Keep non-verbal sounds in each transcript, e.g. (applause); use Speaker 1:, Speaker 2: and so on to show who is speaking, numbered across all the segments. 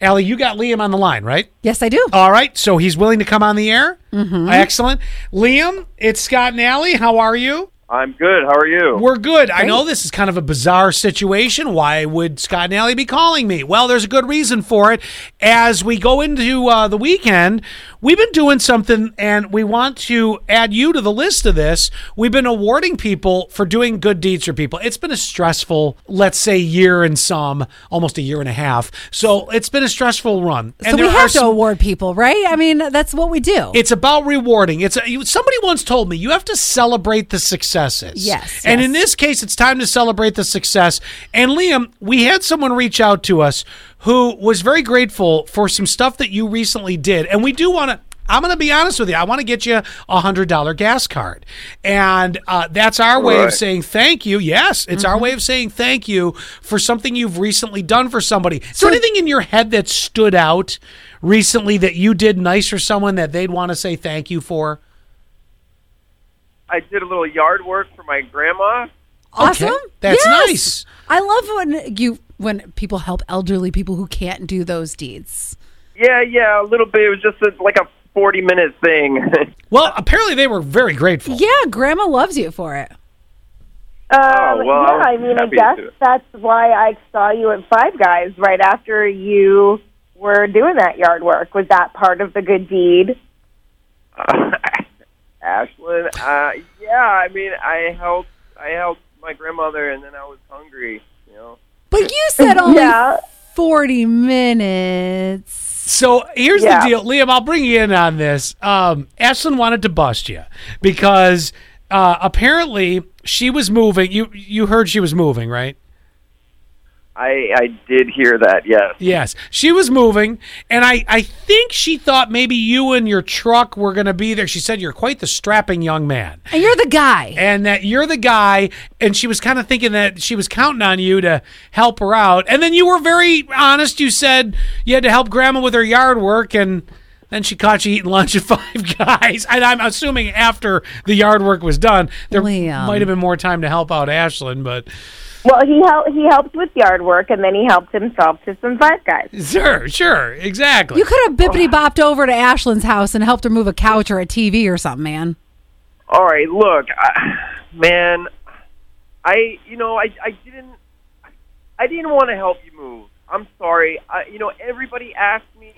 Speaker 1: Allie, you got Liam on the line, right?
Speaker 2: Yes, I do.
Speaker 1: All right. So he's willing to come on the air. Excellent. Liam, it's Scott and Allie. How are you?
Speaker 3: I'm good. How are you?
Speaker 1: We're good. I know this is kind of a bizarre situation. Why would Scott and Allie be calling me? Well, there's a good reason for it. As we go into uh, the weekend, we've been doing something and we want to add you to the list of this. We've been awarding people for doing good deeds for people. It's been a stressful, let's say, year and some, almost a year and a half. So it's been a stressful run.
Speaker 2: so
Speaker 1: and
Speaker 2: we
Speaker 1: there are
Speaker 2: have to
Speaker 1: some-
Speaker 2: award people, right? I mean, that's what we do.
Speaker 1: it's about rewarding. It's you, somebody once told me you have to celebrate the successes.
Speaker 2: Yes,
Speaker 1: And
Speaker 2: yes.
Speaker 1: in this case, it's time to celebrate the success. And Liam, we had someone reach out to us who was very grateful for some stuff that you recently did, and we do want to. I'm going to be honest with you. I want to get you a hundred dollar gas card, and uh, that's our way of
Speaker 3: Right.
Speaker 1: saying thank you. Yes, it's our way of saying thank you for something you've recently done for somebody. So, anything in your head that stood out recently that you did nice for someone that they'd want to say thank you for?
Speaker 3: I did a little yard work for my grandma.
Speaker 2: awesome.
Speaker 1: Okay, that's
Speaker 2: Yes.
Speaker 1: nice.
Speaker 2: I love when you when people help elderly people who can't do those deeds.
Speaker 3: Yeah, yeah, a little bit. It was just a, like a 40 minute thing. (laughs)
Speaker 1: Well, apparently they were very grateful.
Speaker 2: Yeah, grandma loves you for it.
Speaker 4: Um,
Speaker 3: Oh, well,
Speaker 4: yeah,
Speaker 3: I
Speaker 4: I
Speaker 3: was
Speaker 4: mean, I
Speaker 3: happy to
Speaker 4: guess
Speaker 3: do it.
Speaker 4: that's why I saw you at Five Guys right after you were doing that yard work. Was that part of the good deed?
Speaker 3: Ashlyn, uh, yeah, I mean, I helped, I helped my grandmother, and then I was hungry. You know,
Speaker 2: But you said only
Speaker 4: Yeah.
Speaker 2: 40 minutes.
Speaker 1: So here's
Speaker 4: Yeah.
Speaker 1: the deal, Liam. I'll bring you in on this. Um, Ashlyn wanted to bust you because uh, apparently she was moving. You you heard she was moving, right?
Speaker 3: I I did hear that. Yes.
Speaker 1: Yes, she was moving, and I I think she thought maybe you and your truck were going to be there. She said you're quite the strapping young man.
Speaker 2: And you're the guy.
Speaker 1: and that you're the guy and she was kind of thinking that she was counting on you to help her out and then you were very honest you said you had to help grandma with her yard work and then she caught you eating lunch at (laughs) five guys and i'm assuming after the yard work was done there
Speaker 2: Liam.
Speaker 1: might have been more time to help out ashlyn but
Speaker 4: Well, he helped. He helped with yard work, and then he helped himself to some Five Guys.
Speaker 1: (laughs) sure sure exactly
Speaker 2: You could
Speaker 1: Oh,
Speaker 2: have bippity bopped over to Ashlyn's house and helped her move a couch or a TV or something, man.
Speaker 3: All right, look, I, man, I you know I I didn't I didn't want to help you move. I'm sorry. I, you know everybody asked me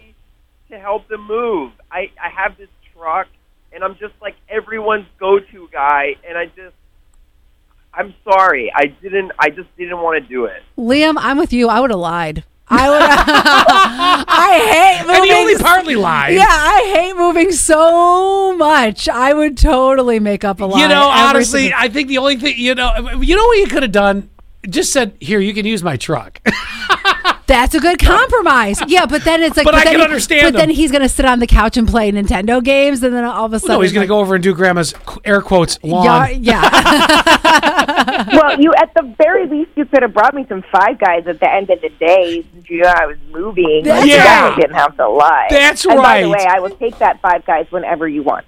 Speaker 3: to help them move. I I have this truck and I'm just like everyone's go-to guy and I just I'm sorry. I didn't I just didn't want to do it.
Speaker 2: Liam, I'm with you. I would have lied. I would (laughs) I hate
Speaker 1: and
Speaker 2: moving.
Speaker 1: he only partly lied
Speaker 2: yeah, I hate moving so much. I would totally make up a lie.
Speaker 1: You know,
Speaker 2: every
Speaker 1: honestly,
Speaker 2: single-
Speaker 1: I think the only thing you know, you know what you could have done, just said, "Here, you can use my truck." (laughs)
Speaker 2: That's a good compromise. Yeah, but then it's like,
Speaker 1: But I
Speaker 2: then
Speaker 1: can
Speaker 2: he-
Speaker 1: understand
Speaker 2: But then
Speaker 1: him.
Speaker 2: he's gonna sit on the couch and play Nintendo games, and then all of a sudden,
Speaker 1: no, he's going
Speaker 2: like,
Speaker 1: to go over and do grandma's qu- air quotes lawn.
Speaker 2: Yeah,
Speaker 1: (laughs)
Speaker 2: yeah.
Speaker 4: well, you at the very least you could have brought me some Five Guys at the end of the day, since you know I was moving. Like,
Speaker 1: That's
Speaker 4: you
Speaker 1: right.
Speaker 4: guys didn't have to lie.
Speaker 1: That's
Speaker 4: and By the
Speaker 1: right.
Speaker 4: way, I will take that Five Guys whenever you want.